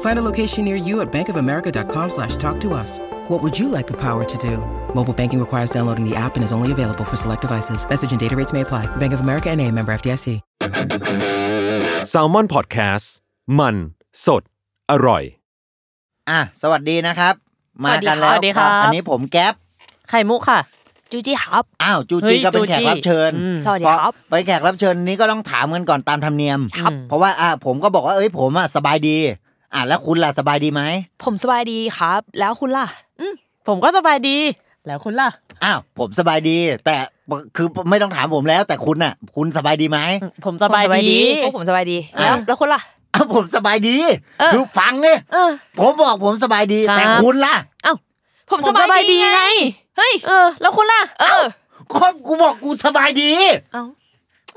Find a location near you at bankofamerica.com slash talk to us. What would you like the power to do? Mobile banking requires downloading the app and is only available for select devices. Message and data rates may apply. Bank of America and a member FDIC. แซลมอนพอดแคสต์มันสดอร่อย อ่ะสวัสดีนะครับ มา สวัสดี กันค่ะแล้ว สวัสดีครับ อันนี้ผมแก๊ป ไข่มุกค่ะ จูจี้ฮับ อ้าวจู เฮ้ จี ย ก็เป็นแขก จูจี้ รับเชิญ อืม เพาะ สวัสดีครับ ไปแขกรับเชิญนี้ก็ต้องถามกันก่อนตามธรรมเนียม ครับ เพราะว่าอ่ะผมก็บอกว่าเอ้ยผมอ่ะสบายดี อ่ะแล้วคุณล่ะสบายดีไหม ผมสบายดีครับ แล้วคุณล่ะ ผมก็สบายดี แล้วคุณล่ะ อ้าวผมสบายดี แต่คือไม่ต้องถามผมแล้ว แต่คุณน่ะ คุณสบายดีไหม ผมสบายดี ผมสบายดีพวกผมสบายดี แล้วแล้วคุณล่ะ อ้าวผมสบายดี เออ คือฟังเนี่ย เออ ผมบอกผมสบายดี ครับ แต่คุณล่ะ เอ้า ผมสบายดีไง เฮ้ย เออ แล้วคุณล่ะ เออ ก็กูบอกกูสบายดี เอ้า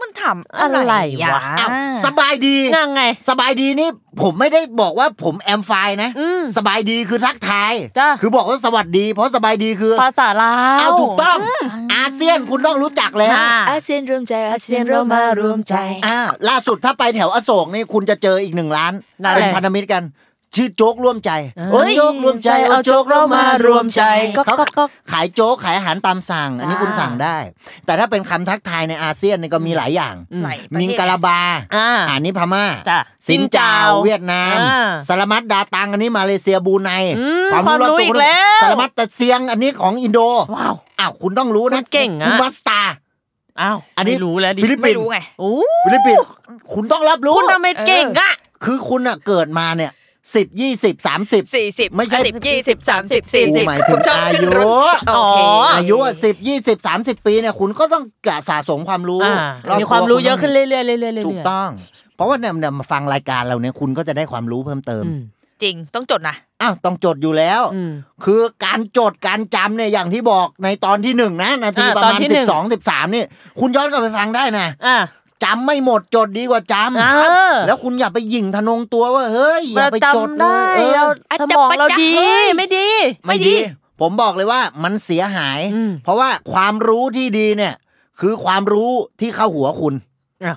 มันถาม อะไรวะ อ้าวสบายดี นั่งไง สบายดีนี่ผมไม่ได้บอกว่าผมแอมไฟล์นะ อืม สบายดีคือทักทาย จ้ะ คือบอกว่าสวัสดี เพราะสบายดีคือ ภาษาลาว เอาถูกต้อง อาเซียนคุณต้องรู้จักแล้ว อ่า อาเซียนรวมใจอาเซียนเรามารวมใจ อ่าล่าสุดถ้าไปแถวอโศกนี่คุณจะเจออีกหนึ่งร้าน ร้านอะไร เป็นพันธมิตรกัน ชื่อโจ๊กร่วมใจโอ้ยโจ๊กร่วมใจเอา เอาโจ๊ โจ๊ก กเรา เรามาม าร ร ว ว ม ม ใจ ใจ เขา ก็ก็ก็ ขายโจ๊กขายอาหารตามสั่ง อันนี้ อ่า คุณสั่งได้ แต่ถ้าเป็นคำทักทายในอาเซียนนี่ก็มีหลายอย่าง หลายประเทศ นิงกาลาบา อ่า อันนี้พม่า จ้ะ สินเจา สินเจา เวียดนาม อ่า สารมัดดาตังอันนี้มาเลเซียบรูไน อืม ด ความรู้อีกแล้ว สารมัดตะเซียงอันนี้ของอินโด ว้าว อ้าวคุณต้องรู้ คุ นะ ณเก่งอะ คุณมัสตา อ้าว อันนี้ ไม่รู้แล้วดิ ฟิลิปปิ ไม่ ส์ รู้ไง โอ้ ฟิลิปปินส์คุณต้องรับรู้ คุณทำไมเก่งอ่ะ คือคุณอะเกิดมาเนี่ยสิบยี่สิบสามสิบ สี่สิบ ไม่ใช่ สิบยี่สิบสามสิบสี่สิบ กูหมายถึง ผมชบขึ้นรถ อายุ โอเค อ๋ออ อายุสิบยี่สิบสามสิบปีเนี่ยคุณก็ต้องกะสะสมความรู้ อ่า บ มีความรู้เยอะขึ้น ณต้ เรื่อยๆเรื่อยๆเรื่อย ง ๆ ถูกต้อง เพราะว่าเนี่ยเนี่ยมาฟังรายการเราเนี่ยคุณก็จะได้ความรู้เพิ่มเติม อืม จริงต้องจดนะ อ้าวต้องจดอยู่แล้ว อืม คือการจดการจำเนี่ยอย่างที่บอกในตอนที่หนึ่งนะนาที อ่า ประมาณ ตอนที่ สิ หนึ่ บ ง สองสิบสามนี่คุณย้อนกลับไปฟังได้นะ อ่า จำไม่หมดจดดีกว่าจำ เออ แล้วคุณอย่าไปหยิ่งทะนงตัวว่าเฮ้ยอย่า เรา ไปจด จำ เล ได้ ยเออ เราสมองเราดี เฮ้ย ไม่ดี ไม่ดี ผมบอกเลยว่ามันเสียหาย อืม เพราะว่าความรู้ที่ดีเนี่ย คือความรู้ที่เข้าหัวคุณ อ่ะ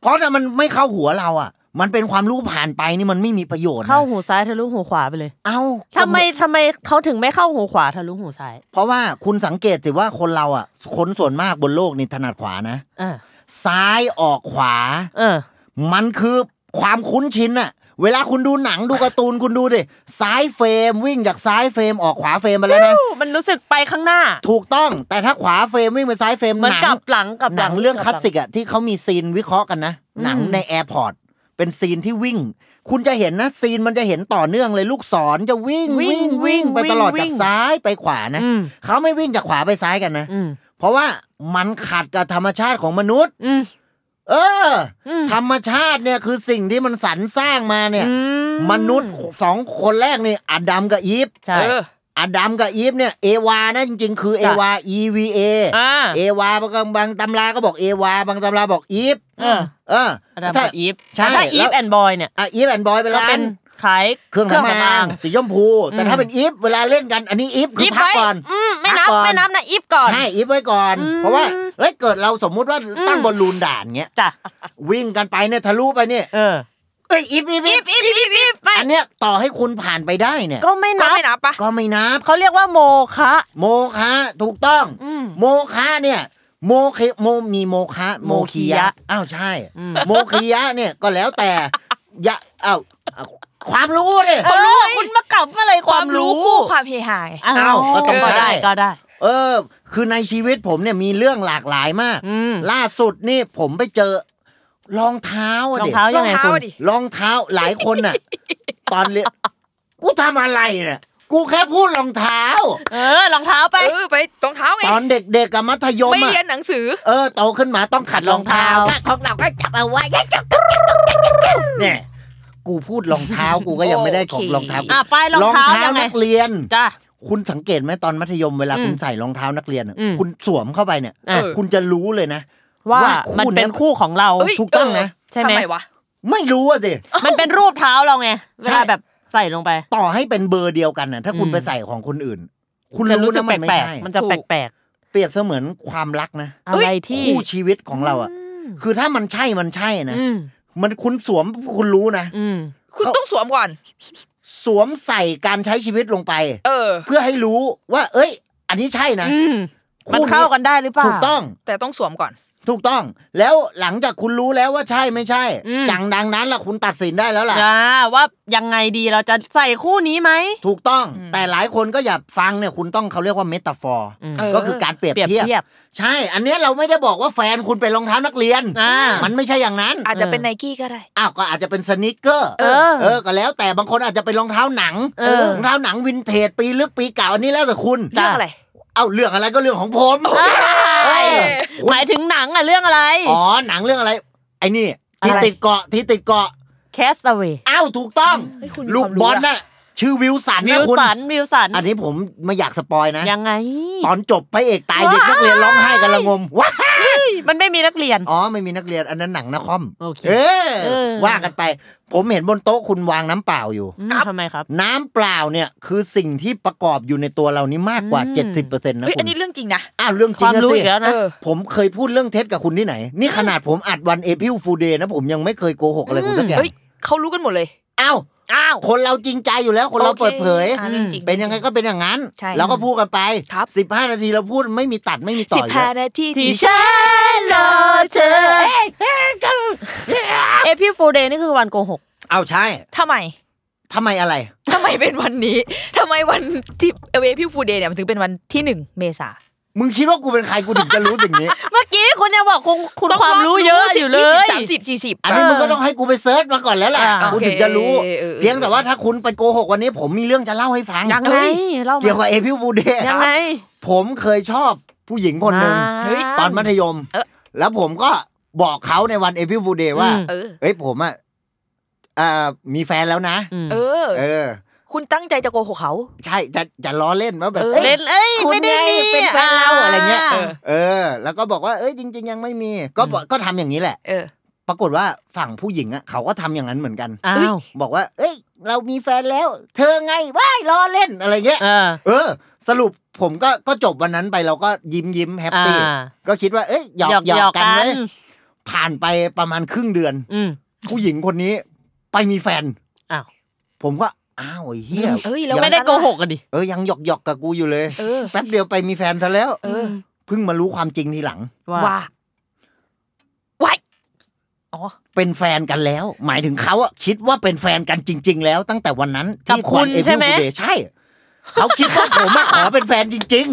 เพราะถ้ามันไม่เข้าหัวเราอ่ะ มันเป็นความรู้ผ่านไปนี่มันไม่มีประโยชน์นะ เข้าหูซ้ายทะลุหูขวาไปเลย เอ้า ทำไมทำไมเขาถึงไม่เข้าหูขวาทะลุหูซ้าย เพราะว่าคุณสังเกตสิว่าคนเราอ่ะคนส่วนมากบนโลกนี่ถนัดขวานะ อ่า ซ้ายออกขวา เออ มันคือความคุ้นชินอะเวลาคุณดูหนังดูการ์ตูนคุณดูดิ ซ้ายเฟรมวิ่งจากซ้ายเฟรมออกขวาเฟรมไปแล้วนะ มันรู้สึกไปข้างหน้า ถูกต้อง แต่ถ้าขวาเฟรมวิ่งไปซ้ายเฟรม มัน หนั กลั ง บหลังกลับ ห หลั นั ง งเรื่อง ก ค ลั ลา บ ส หง สิกอะที่เขามีซีนวิเคราะห์กันนะ หนังในแอร์พอร์ตเป็นซีนที่วิ่ง คุณจะเห็นนะซีนมันจะเห็นต่อเนื่องเลยลูกศรจะวิ่ง วิ่ง วิ่งวิ่งวิ่ง ไปตลอด วิ่จากงซ้ายไปขวานะ อืม เขาไม่วิ่งจากขวาไปซ้ายกันนะ อืม เพราะว่ามันขัดกับธรรมชาติของมนุษย์ อืม เอออ ม ธรรมชาติเนี่ยคือสิ่งที่มันสรรสร้างมาเนี่ย อื มนุษย์สองคนแรกนี่อดัมกับอีฟ ใช่ เออ อดัมกับอีฟเนี่ยเอวานะจริงๆ คือเอ จ้ะ วา EVA อ่า เอวาบางบางตำราก็บอกเอวาบางตำราบอกอีฟ เออ เออ อดัม ถ้า กับอีฟ ใช่ แต่ถ้าอี แล้ ฟ ว แอนด์บอยเนี่ย อ่ะอีฟแอนบอยเป็น ก็ ร้า เป็น น ขาย เครื่อง สำ ทำ อ อางสีชมพู แต่ถ้าเป็นอีฟเวลาเล่นกัน อันนี้อีฟคือ ฟ พัก ไว้ ก่อน อืมไม่ พั นั ก บ ก่อน ไม่นับนะอีฟก่อน ใช่อีฟไว้ก่อน อืม เพราะว่าเฮ้ยเกิดเราสมมุติว่าตั้ง อืม บอลลูนด่านเงี้ย จ้ะ วิ่งกันไปเนี่ยทะลุไปเนี่ย เออ เอ้ยอีฟอีฟ อี อีฟฟอีฟอีฟอีฟไป อันเนี้ยต่อให้คุณผ่านไปได้เนี่ย ก็ไม่ ก็ นับ ไม่นับปะ ก็ไม่นับ เขาเรียกว่าโมคะ โมคะถูกต้อง อืม โมคะเนี่ยโมเคโมมีโมคะโมคียะ โมคียะ อ้าวใช่ อืม โมคียะเนี่ยก็แล้วแต่ยะอ้าวอ้าวความรู้เนี่ย เขารู้ว่าคุณมากลับอะไรคคาวาวม ม รู้ รู้ คู่ความเฮฮาไง อ้า อ้าว ว ก็ต้องใช่ ก็ได้ เออ คือในชีวิตผมเนี่ยมีเรื่องหลากหลายมาก อืม ล่าสุดนี่ผมไปเจอรองเท้าอะ รอง เด็ก เท้ายังไง รองเท้า คุณ ดิ รองเท้าหลายคน น่ะ ตอนเรียนกูทำอะไรเนี่ยกูแค่พูดรองเท้า เออรองเท้าไป เออไปรองเท้าไง ตอนเด็กๆกับมัธยม ไม่ อะ เรียนหนังสือ เออโตขึ้นมาต้องขัดรองเท้า ขัดรองเท้า และของเราก็จับเอาไว้เนี่ยกูพูดรองเท้ากูก็ยังไม่ได้ของรองเท้า โอเค อ่ะไปรองเท้ายังไง นักเรียน จ้ะ คุณสังเกตไหมตอนมัธยมเวลา อืม คุณใส่รองเท้านักเรียนอะ อืม คุณสวมเข้าไปเนี่ย อ่ะ เออ คุณจะรู้เลยนะ ว่า ว่าคู่ มันเป็น เนี้ย คู่ของเรา เอ้ย ถูกต้องนะ ใช่ไหม ทำไมวะ ไม่รู้อะสิ มันเป็นรูปเท้าเราไงเว ใช่ ลาแบบใส่ลงไป ต่อให้เป็นเบอร์เดียวกันน่ะ ถ้าคุณ อืม ไปใส่ของคนอื่น คุณ จะ รู้ รู้สึ นะ ก มั แป นไม่ ลก ใช่ ๆมันจะ ถูก แปลก เปรียบเสมือนความรักนะ ๆอะไรที่ คู่ชีวิตของเราอะคือถ้ามันใช่มันใช่นะ อืม มันคุณสวมคุณรู้นะ อืม คุณ เขา ต้องสวมก่อน สวมใส่การใช้ชีวิตลงไป เออ เพื่อให้รู้ว่า เอ้ย อันนี้ใช่นะ อืมมัน คู่ เข้ากันได้หรือเปล่า ถูกต้อง แต่ต้องสวมก่อน ถูกต้อง แล้วหลังจากคุณรู้แล้วว่าใช่ไม่ใช่ อืม จังดังนั้นล่ะคุณตัดสินได้แล้วล่ะ จ้าว่ายังไงดีเราจะใส่คู่นี้ไหม ถูกต้อง อืม แต่หลายคนก็อย่าฟังเนี่ยคุณต้องเขาเรียกว่าเมตาฟอร์ อืม เ ก็คือการเปรียบ เปรียบ เทียบ เทียบ ใช่ อันเนี้ยเราไม่ได้บอกว่าแฟนคุณเป็นรองเท้านักเรียน อ่ามั มันไม่ใช่อย่างนั้น อาจจะเป็นไนกี้ก็ได้ อ้าวก็อาจจะเป็นสนิเกอร์ เออ เออ ก็แล้วแต่บางคนอาจจะเป็นรองเท้าหนัง เออ รองเท้าหนังวินเทจปีลึกปีเก่าอันนี้แล้วแต่คุณ เรื่องอะไร เอาเรื่องอะไรก็เรื่องของผมเอ้ยคุณ หมายถึงหนังอะเรื่องอะไร อ๋อหนังเรื่องอะไร ไอ้นี่ที่ อะไร ติดเกาะที่ติดเกาะ Castaway อ้าวถูกต้อง เฮ้ยคุณมี ลูก ความรู้ บอล อะ น่ะชื่อวิลสัน วิ นะ ว คุณ สันวิวสัน อันนี้ผมไม่อยากสปอยนะ ยังไง ตอนจบพระเอกตายเด็กนักเรียนร้องไห้กันละงมว้า มันไม่มีนักเรียน อ๋อไม่มีนักเรียนอันนั้นหนังนะคอม โอเค เออ เออ ว่ากันไป ผมเห็นบนโต๊ะคุณวางน้ำเปล่าอยู่ อืม ครับ ทำไมครับ น้ำเปล่าเนี่ยคือสิ่งที่ประกอบอยู่ในตัวเรานี่มากกว่า อืม 70%นะ เอ้ย คุ อัน ณ นี้เรื่องจริงนะ อ้าวเรื่องจ ค ริง วาม อะ รู้ สิ อีกแล้วนะ เออ ผมเคยพูดเรื่องเท็จกับคุณที่ไหน นี่ขนาดผมอัดวันเอพิลฟูเดย์นะผมยังไม่เคยโกหกอะไรคุณสักอย่าง เอ้ยเขารู้กันหมดเลย เอ้าว อ้าว คนเราจริงใจอยู่แล้วคนเรา โอค เปิดเผย อ่ะรื่องจริ เป็นยังไงก็เป็นอย่างนั้น ใช่ เราก็พูดกันไป ครับ สิบห้านาทีเราพูดไม่มีตัดไม่มีต่อ สิบ อยู่ ห้า แล้ว นาที ที่ ที่ฉันรอเธอ เอพิฟูเดย์นี่คือวันโกหก เอาใช่ ทำไม ทำไมอะไร ทำไมเป็นวันนี้ ทำไมวันที่เอเวพี่ฟูเดย์เนี่ยมันถึงเป็นวันที่หนึ่งเมษา มึงคิดว่ากูเป็นใครกูถึงจะรู้สิ่งนี้ เมื่อกี้คุณยังบอกคุณคุณ ต้อง ความรู้เยอะอยู่เลย สามสิบสี่สิบ อันนี้มึงก็ต้องให้กูไปเซิร์ชมาก่อนแล้วแหละ อ่า กูถึงจะรู้ โอเคเออเออ เพียงแต่ว่าถ้าคุณไปโกหกวันนี้ ผมมีเรื่องจะเล่าให้ฟัง ยังไงเล่ามา เกี่ยวกับเอพิฟูเดย์ ยังไง ผมเคยชอบผู้หญิงคนหนึ่ง า เฮ้ย ตอนมัธยม เออ แล้วผมก็บอกเขาในวันเอพิฟูเดย์ว่า อืม เออ เอ้ยผมอ่ะอ่ามีแฟนแล้วนะ อืม เออ เออ คุณตั้งใจจะโกหกเขา ใช่จะจะล้อเล่นว่าแบบ เออ อ้ย เล่นเอ้ย คุณ ไม่ได้มี ไงเป็นแฟนเราอะไรเงี้ย า เออ เออ แล้วก็บอกว่าเอ้ยจริง ๆ ยังไม่มี ก็บอกก็ทำอย่างนี้แหละ เออ ปรากฏว่าฝั่งผู้หญิงอ่ะเขาก็ทำอย่างนั้นเหมือนกัน อ้า เอ้ย ว บอกว่า เอ้ย เรามีแฟนแล้ว เธอไงว้ายล้อเล่นอะไรเงี้ย เออ เออ สรุปผมก็ก็จบวันนั้นไปเราก็ยิ้มยิ้มแฮปปี้ อ่า ก็คิดว่าเอ้ยหยอกหยอกกันเว้ยผ่านไปประมาณครึ่งเดือน อืม ผู้หญิงคนนี้ไปมีแฟน อ้าว ผมก็อ้าวไอ้เฮีย เอ้ยแล้ว ยัง ไม่ได้โกหกกันดิ เออยังหยอกหยอกๆกับกูอยู่เลย เออ แป๊บเดียวไปมีแฟนซะแล้ว เออ เพิ่งมารู้ความจริงทีหลัง ว่าว้ายอ๋อ เป็นแฟนกันแล้ว หมายถึงเขาอะคิดว่าเป็นแฟนกันจริง ๆ แล้วตั้งแต่วันนั้นที่ กับคุ วั ณ นเอ ใช่ พิล ไหม ฟูเดย์ใช่ เขาคิดว่าผมมาขอเป็นแฟนจริง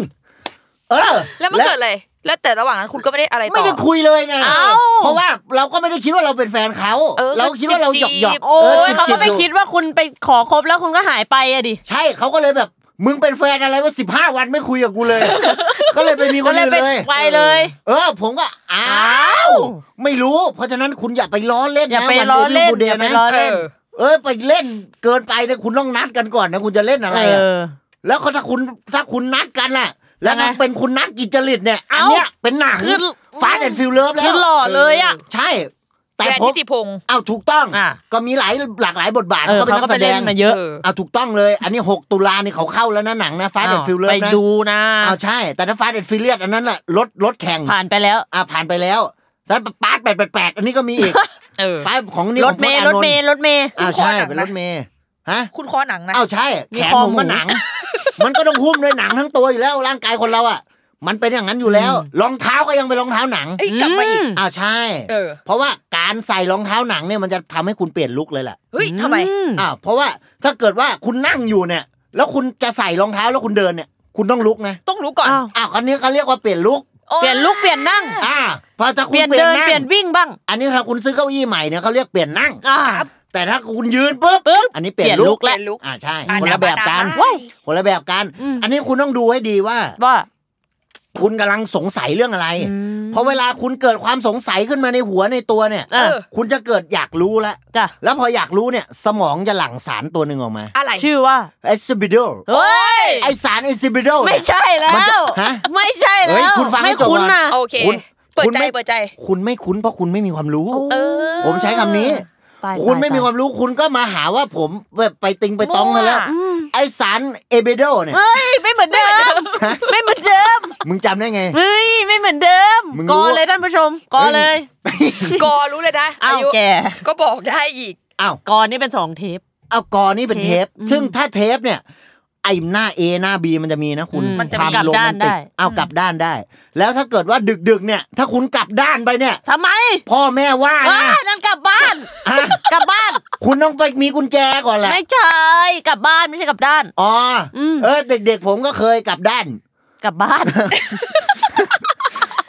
ๆ เออ แล้วมันเกิดอะไร แล้วแต่ระหว่างนั้นคุณก็ไม่ได้อะไรต่อ ไม่ได้คุยเลยไง เอ้า เพราะว่าเราก็ไม่ได้คิดว่าเราเป็นแฟนเขา เออ เราคิดว่าเราหยอกหยอก จีบ โอ้ยเขาก็ไป ยู่ คิดว่าคุณไปขอคบแล้วคุณก็หายไปอะดิ ใช่เขาก็เลยแบบ มึงเป็นแฟนอะไรว่าสิบห้าวันไม่คุยกับกูเลย ก็เลยไปมีค ก็ น เลย อื่น ไป เลย ไปเลย เออ ผมก็อ้าวไม่รู้ เพราะฉะนั้นคุณอย่าไปล้อเล่น อย่า นะ ไป วัน ล้อเล่น April Fool อย่า Day ไป นะ ล้อเล่น เออ เอ้ยไปเล่นเกินไปนะคุณต้องนัดกันก่อนนะคุณจะเล่นอะไรอะ เออ แล้วก็ถ้าคุณถ้าคุณนัดกันล่ะ แล้วถ้า ยังไง เป็นคุณนัดกิจจริตเนี่ยอัน เอ้า เนี้ยเป็นหนัง คือ ฟาดแอนฟิลเลิฟแล้ คือ ว หล่อเลยอ่ะ ใช่ แต่ แต่ ผ ทิ ม ติพงศ์ เอาถูกต้อง อ่ะ ก็มีหลายหลากหลายบทบาท เออ เขาเป็นนัเขาก็ ก ไป แสด เล่น ง มาเยอะ เอาถูกต้องเลย อันนี้ 6 ตุลานี่เขาเข้าแล้วนะหนังนะฟาดแอนฟิลเลิฟ ไป นะ ดูนะ เอาใช่ แต่ถ้าฟาดแอนฟิลเลียสอันนั้นน่ะรถรถแข่ง ผ่านไปแล้ว อ่ะผ่านไปแล้วแล้วปาร์ตแปดแปดแปดอันนี้ก็มีอีก เออ ปาร์ตของนี่ ร ขอ ถ ง เมย์ พจน์ ร อา ถ นนท์ เมย์รถเมย์ อ่าใช่ คุณคอหนังเป็นะนรถเมย์ฮะ คุณคอหนังนะ อ้าวใช่ มี แขน คอ ผมก็ หมู หนัง มันก็ต้องหุ้มด้วยหนังทั้งตัวอยู่แล้วร่างกายคนเราอ่ะ มันเป็นอย่างนั้นอยู่แล้วรองเท้าก็ยังเป็นรองเท้าหนัง เอ้ยกลับมาอีก อ้าวใช่ เออ เพราะว่าการใส่รองเท้าหนังเนี่ยมันจะทำให้คุณเปลี่ยนลุคเลยแหละ เฮ้ยทำไม อืม อ้าวเพราะว่าถ้าเกิดว่าคุณนั่งอยู่เนี่ย แล้วคุณจะใส่รองเท้าแล้วคุณเดินเนี่ย คุณต้องลุกนะ ต้องรู้ก่อน อ้าว อ้าวคันนี้เขาเรียกว่าเปลี่ยนลุก เปลี่ยนลุกเปลี่ยนนั่ง อ่าพอจะ เป คุณ ลี่ยน เปลี่ย เดิ น น นั่ง เปลี่ยนวิ่งบ้าง อันนี้ถ้าคุณซื้อเก้าอี้ใหม่เนี่ยเขาเรียกเปลี่ยนนั่ง อ่า แต่ถ้าคุณยืนปุ๊บ ปุ๊บ อันนี้เปลี่ยนลุก เปลี่ยนลุกและ เปลี่ยนลุก อ่าใช่ อ่ะ คนละ ดาบ แบบกัน ดาบว้าว คนละแบบกัน อืม อันนี้คุณต้องดูให้ดีว่า ว่า คุณกำลังสงสัยเรื่องอะไร อืม เพราะเวลาคุณเกิดความสงสัยขึ้นมาในหัวในตัวเนี่ย เออ คุณจะเกิดอยากรู้ละ จ้ะ แล้วพออยากรู้เนี่ย สมองจะหลั่งสารตัวหนึ่งออกมา อะไร ชื่อว่า เอซิบิโด เฮ้ย ไอสารเอซิบิโด ไม่ใช่แล้ มัน ว จะฮะ ไม่ใช่ เฮ้ แล้ ยว คุณฟังให้ ไม่ จบก่อน คุ้นนะ โอเค คุณ เปิด คุณ ใจ ไม่ เปิดใจ คุณไม่คุ้นเพราะคุณไม่มีความรู้ เออ ผมใช้คำนี้ ตาย คุณ ตาย ไม่มีความรู้คุณก็มาหาว่าผมแบบไปติงไปตองกันแล้ว อืม ไอสารเอเบโดเนี่ย เฮ้ยไม่เหมือนเดิม ไม่เหมือนเดิม มึงจำได้ไง เฮ้ยไม่เหมือนเดิม มึงรู้ กอเลยท่านผู้ชมกอเลย กอรู้เลยนะ อ้าว ยุ แก ก็บอกได้อีก อ้าว กอนี่เป็นสองเทป เอากอนี่เป็นเทป เทป ซึ่งถ้าเทปเนี่ย ไอหน้า A หน้า B มันจะมีนะคุณ อืมมันจะ ค มี วาม กลับ โรแม ด้าน น ได้ ติกเอากลับด้านได้ แล้วถ้าเกิดว่าดึกๆเนี่ย ถ้าคุณกลับด้านไปเนี่ย ทำไม พ่อแม่ว่า ว้า นะ นั่นกลับ บ้าน ฮะ กลับบ้าน คุณต้องไปมีกุญแจก่อนแหละ ไม่ใช่กลับบ้านไม่ใช่กลับด้าน อ๋ออ ม เออเด็กๆผมก็เคยกลับด้าน กลับบ้าน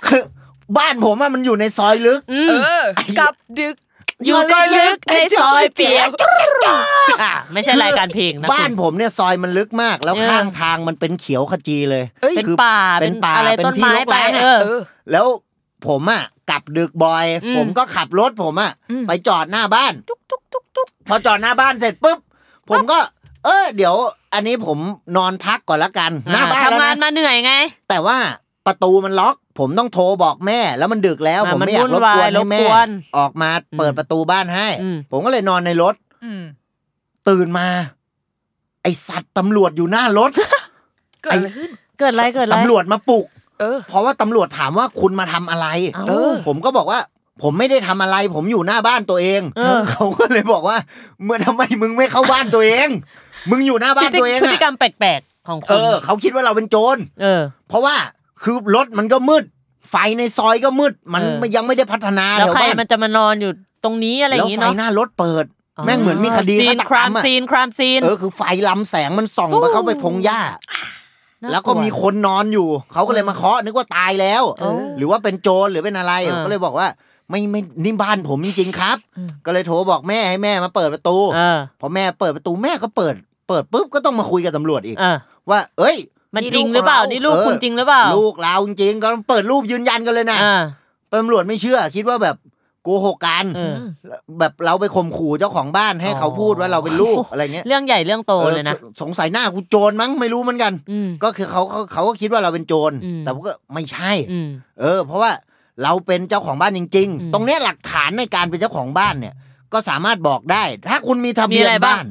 คือบ้านผมอะมันอยู่ในซอยลึก อื เอ ม อ กลับดึก อยู่ก็ลึกในซอยเปียกอ่ะไม่ใช่รายการเพลงนะ บ้าน คุณ ผมเนี่ยซอยมันลึกมาก แล้ว เออ ข้างทางมันเป็นเขียวขจีเลย เอ้ย คือ เป็นป่า เป็นป่า อะไร เป็น ต้น ที่รไม้ก ไป ร้างอะ เออ เออ แล้วผมอะกลับดึกบ่อย อืม ผมก็ขับรถผมอะ อืม ไปจอดหน้าบ้านตุ๊กตุ๊กตุ๊กตุ๊กพอจอดหน้าบ้านเสร็จปุ๊บผมก็ เออเดี๋ยว อันนี้ผมนอนพักก่อนละกันหน้าบ้านแล้ ทำ ว งาน นะ มาเหนื่อยไง แต่ว่าประตูมันล็อก ผมต้องโทรบอกแม่ แล้วมันดึกแล้ว อ่ะ ผม มัน ไม่อยากรบกวน วุ่ ให้ นวาย แม่ รบกวน ออกมาเปิด อืม ประตูบ้านให้ อืม ผมก็เลยนอนในรถ อืม ตื่นมา ไอสัตว์ตำรวจอยู่หน้ารถ เกิดอะไรขึ้น เกิดอะไรเกิดอะไร ตำรวจมาปลุก เออ เพราะว่าตำรวจถามว่าคุณมาทำอะไร เอ้า เออ ผมก็บอกว่า ผมไม่ได้ทำอะไร ผมอยู่หน้าบ้านตัวเอง เออ เขาก็เลยบอกว่าเมื่อทำไมมึงไม่เข้าบ้านตัวเอง มึงอยู่หน้าบ้านตัวเอง พฤติกร อะ รมแปลกๆของค เอน อ เขาคิดว่าเราเป็นโจร เออ เพราะว่าคือรถมันก็มืด ไฟในซอยก็มืด มัน เออ ยังไม่ได้พัฒนา แล้ว แถว ใคร บ้าน มันจะมานอนอยู่ตรงนี้อะไรอ แล้ ย่าว งนี้ ไฟ เนาะ หน้ารถเปิด แม่งเหมือนมีคดี ซี ฆาน ต ค กร ราร ม มอะ ซีนครามซีน เออคือไฟลำแสงมันส่อง ฟู มาเข้าไปพงหญ้า แล้วก็มีคนนอนอยู่ เขาก็เลยมาเคาะนึกว่าตายแล้ว เออ หรือว่าเป็นโจรหรือเป็นอะไร เออ ก็เลยบอกว่า ไม่ไม่นี่บ้านผมจริงๆครับ อืม ก็เลยโทรบอกแม่ให้แม่มาเปิดประตู เออ พอแม่เปิดประตูแม่ก็เปิด เปิดปุ๊บก็ต้องมาคุยกับตำรวจอีก เออ ว่า เอ้ย มันจริงหรือเปล่า นี่ลูก เออ คุณจริงหรือเปล่า ลูกเราจริงๆก็เปิดรูปยืนยันกันเลยนะ อ่า ตำรวจไม่เชื่อ คิดว่าแบบโกหกกัน เออ แบบเราไปข่มขู่เจ้าของบ้านให้เขาพูดว่าเราเป็นลู กอะไรเงี้ย เรื่องใหญ่เรื่องโตเลยนะ ออสงสัยหน้ากูโจรมั้งไม่รู้เหมือนกัน อืม ก็คือเขาเขาเขาก็คิดว่าเราเป็นโจร อืม แต่ว่าก็ไม่ใช่ อืม เออ เพราะว่าเราเป็นเจ้าของบ้านจริง อืม ๆ ตรงเนี้ยหลักฐานในการเป็นเจ้าของบ้านเนี่ย ก็สามารถบอกได้ ถ้าคุณมีทะเบียน มีอะไรบ้า บ้าง น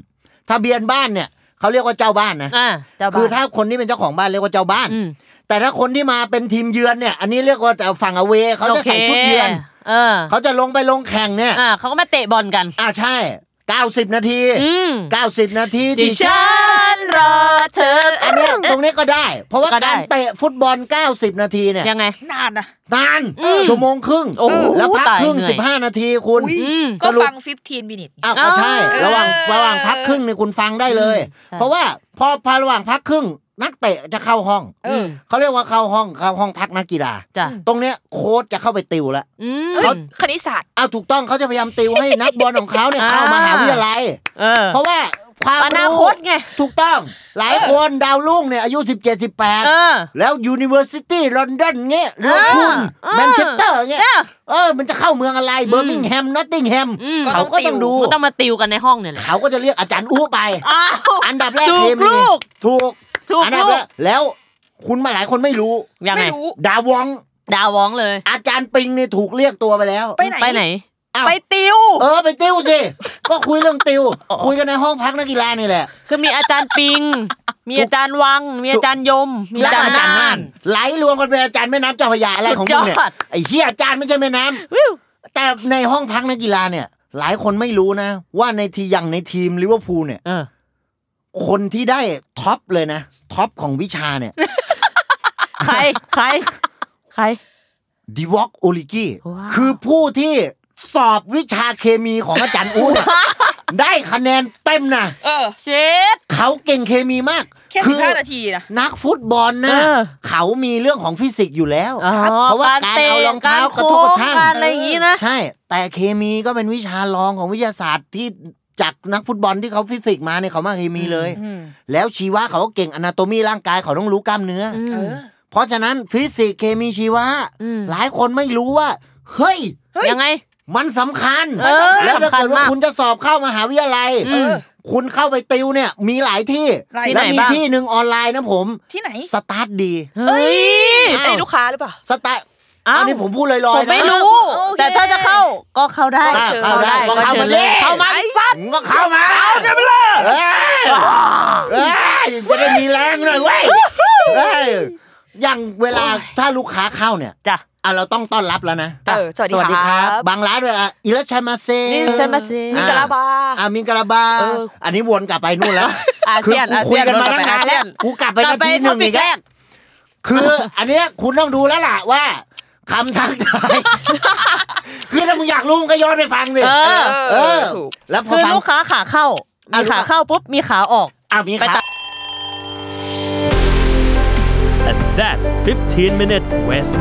ทะเบียนบ้านเนี่ยเขาเรียกว่าเจ้าบ้านนะ อ่าเจ้าบ้าน คือถ้าคนที่เป็นเจ้าของบ้านเรียกว่าเจ้าบ้าน อืม แต่ถ้าคนที่มาเป็นทีมเยือนเนี่ย อันนี้เรียกว่าแต่ฝั่งอเวเขาจะใส่ โค ชุดเยือน เออ เขาจะลงไปลงแข่งเนี่ย อ่าเขาก็มาเตะบอลกัน อ่าใช่ 90 นาที อืม 90 นาที ดิ ที่ ฉันรอเธอ อันเนี้ยตรงเนี้ยก็ได้ เพราะว่า ก็ได้ การเตะฟุตบอล 90 นาทีเนี่ย ยังไง นานนะ นาน อืม ชั่วโมงครึ่ง โอ้โห แล้วพัก ตาย ครึ่ง เหนื่อย สิบห้านาทีคุณ อุ๊ย อืม ก็ สรุป ฟัง 15 มินิท อ้าวก็ใช่ เออ ระหว่างระหว่างพักครึ่งเนี่ยคุณฟังได้เลย ใช่ เพราะว่าพอพอระหว่างพักครึ่ง นักเตะจะเข้าห้อง เออ เขาเรียกว่าเข้าห้องเข้าห้องพักนักกีฬา จ้ะ ตรงเนี้ยโค้ชจะเข้าไปติวแล้ว อืม คณิตศาสตร์ อ้าวถูกต้องเขาจะพยายามติวให้ นักบอลของเขาเนี่ยเข้า อ่าม มหาวิทยาลัย เออ เพราะว่าความ อนาคตไง ถูกต้องหลายคนดาวรุ่งเนี่ยอายุ 17 เอ 18 อ แล้ว University London เงี้ยลิเวอร์พูล เออ แมนเชสเตอร์เงี้ย เออ เออ มันจะเข้าเมืองอะไร เบอร์มิงแฮม นอตติงแฮม อืม เขาก็ต้องดู มันต้องมาติวกันในห้องเนี่ยแหละ เขาก็จะเรียกอาจารย์อู้ไป อ้าว อันดับแรก ถูก เทมี ลูก ถูก ถูก อันดับ ลู แร ก กแล้วคุณมาหลายคนไม่รู้ ยังไง ไม่รู้ ดาวอง ดาวว้องเลย อาจารย์ปิงนี่ถูกเรียกตัวไปแล้ว ไปไหน ไปไหน อ้าว ไปติว เออ ไปติวสิ ก็คุยเรื่องติว คุยกันในห้องพักนักกีฬานี่แหละ คือมีอาจารย์ ปิง มีอาจารย์วัง มีอาจารย์ยม มี และอาอาจารย์ จารย์ น่า น่าน น ไหลรวมกันเป็นอาจารย์แม่น้ำเจ้าพระยาอะไรของมึงเนี่ย สุดยอด ไอ้เฮียอาจารย์ไม่ใช่แม่น้ำ วิว แต่ในห้องพักนักกีฬาเนี่ย หลายคนไม่รู้นะ ว่าในทีอย่างในทีมลิเวอร์พูลเนี่ย เออ คนที่ได้ท็อปเลยนะท็อปของวิชา เนี่ย ใคร ใคร ใคร ดิวอกโอลิกี้ ว้าว คือผู้ที่สอบวิชาเคมีของอาจารย์อู้ ได้คะแนนเต็มนะ เออ เช็ด เขาเก่งเคมีมาก เค ค่ คื สิ อ บห้านาทีนะ นักฟุตบอลนะ เออ เขามีเรื่องของฟิสิกส์อยู่แล้ว อ๋อ เพราะว่าการเอารองเท้ากระทบกระทั่ง กาโค้การอะไรอย่างนี้นะ ใช่ แต่เคมีก็เป็นวิชารองของวิทยาศาสตร์ที่จากนักฟุตบอลที่เขาฟิสิกส์มาเนี่ยเขามาเคมีเลย แล้วชีวะเขาก็เก่งอนาโตมีร่างกายเขาต้องรู้กล้ามเนื้ออเพราะฉะนั้นฟิสิกส์เคมีชีวะ อืม หลายคนไม่รู้ว่า เฮ้ย ยังไง มันสำคัญ เออ แล้วถ้าเกิด สำคัว่ามญาก คุณจะสอบเข้ามหาวิทยาลัย อืม คุณเข้าไปติวเนี่ยมีหลายที่ หลายแล้วที่มี ไหนบ้าง ที่หนึ่งออนไลน์นะผม ที่ไหน สตาร์ทดี เฮ้ย อ้าว อันนี้ลูกค้าหรือเปล่า สตาร์ท อ้าว อันนี้ผมพูดลอยๆนะ ผมไม่รู้ โอเค แต่ถ้าจะเข้าก็เข้าได้ อ่าเข้าได้ ก็ เข้า เชิ มา ญ ดิ เลยเข้ามาปั๊บ มึงก็เข้ามาเอาจะไปเลยจะได้มีแรงหน่อยเว้ยเอ้ยอย่างเวลาถ้าลูกค้าเข้าเนี่ย จ้ะ อ่ะเราต้องต้อนรับแล้วนะ เออสวัสดีครับ บางร้านด้วยอ่ะอิรัชยมาเซ นี่เซนมาซี มีกะลาบา อ่ะมิงกะลาบา เออ อันนี้วนกลับไปนู่นแล้ว อา คือ เซียน กู อา คุ เซี ย ยน กันมาตั้งนานแล้วกูกลับไป กลับไป นาทีห ท็ นึ่ องปิ อี ก ก แร แล้ว ก คือ อันเนี้ยคุณต้องดูแล้วล่ะว่าคำทักทายคือถ้ามึงอยากรู้มึงก็ย้อนไปฟังดิ เออ เออ ถูก แล้วพอ คือ ฟัง ลูกค้าขาเข้า อ่ะ มี ลูก ขา ค้า เข้าปุ๊บ มีขาออก อ่ะมีครับ And that's 15 minutes west.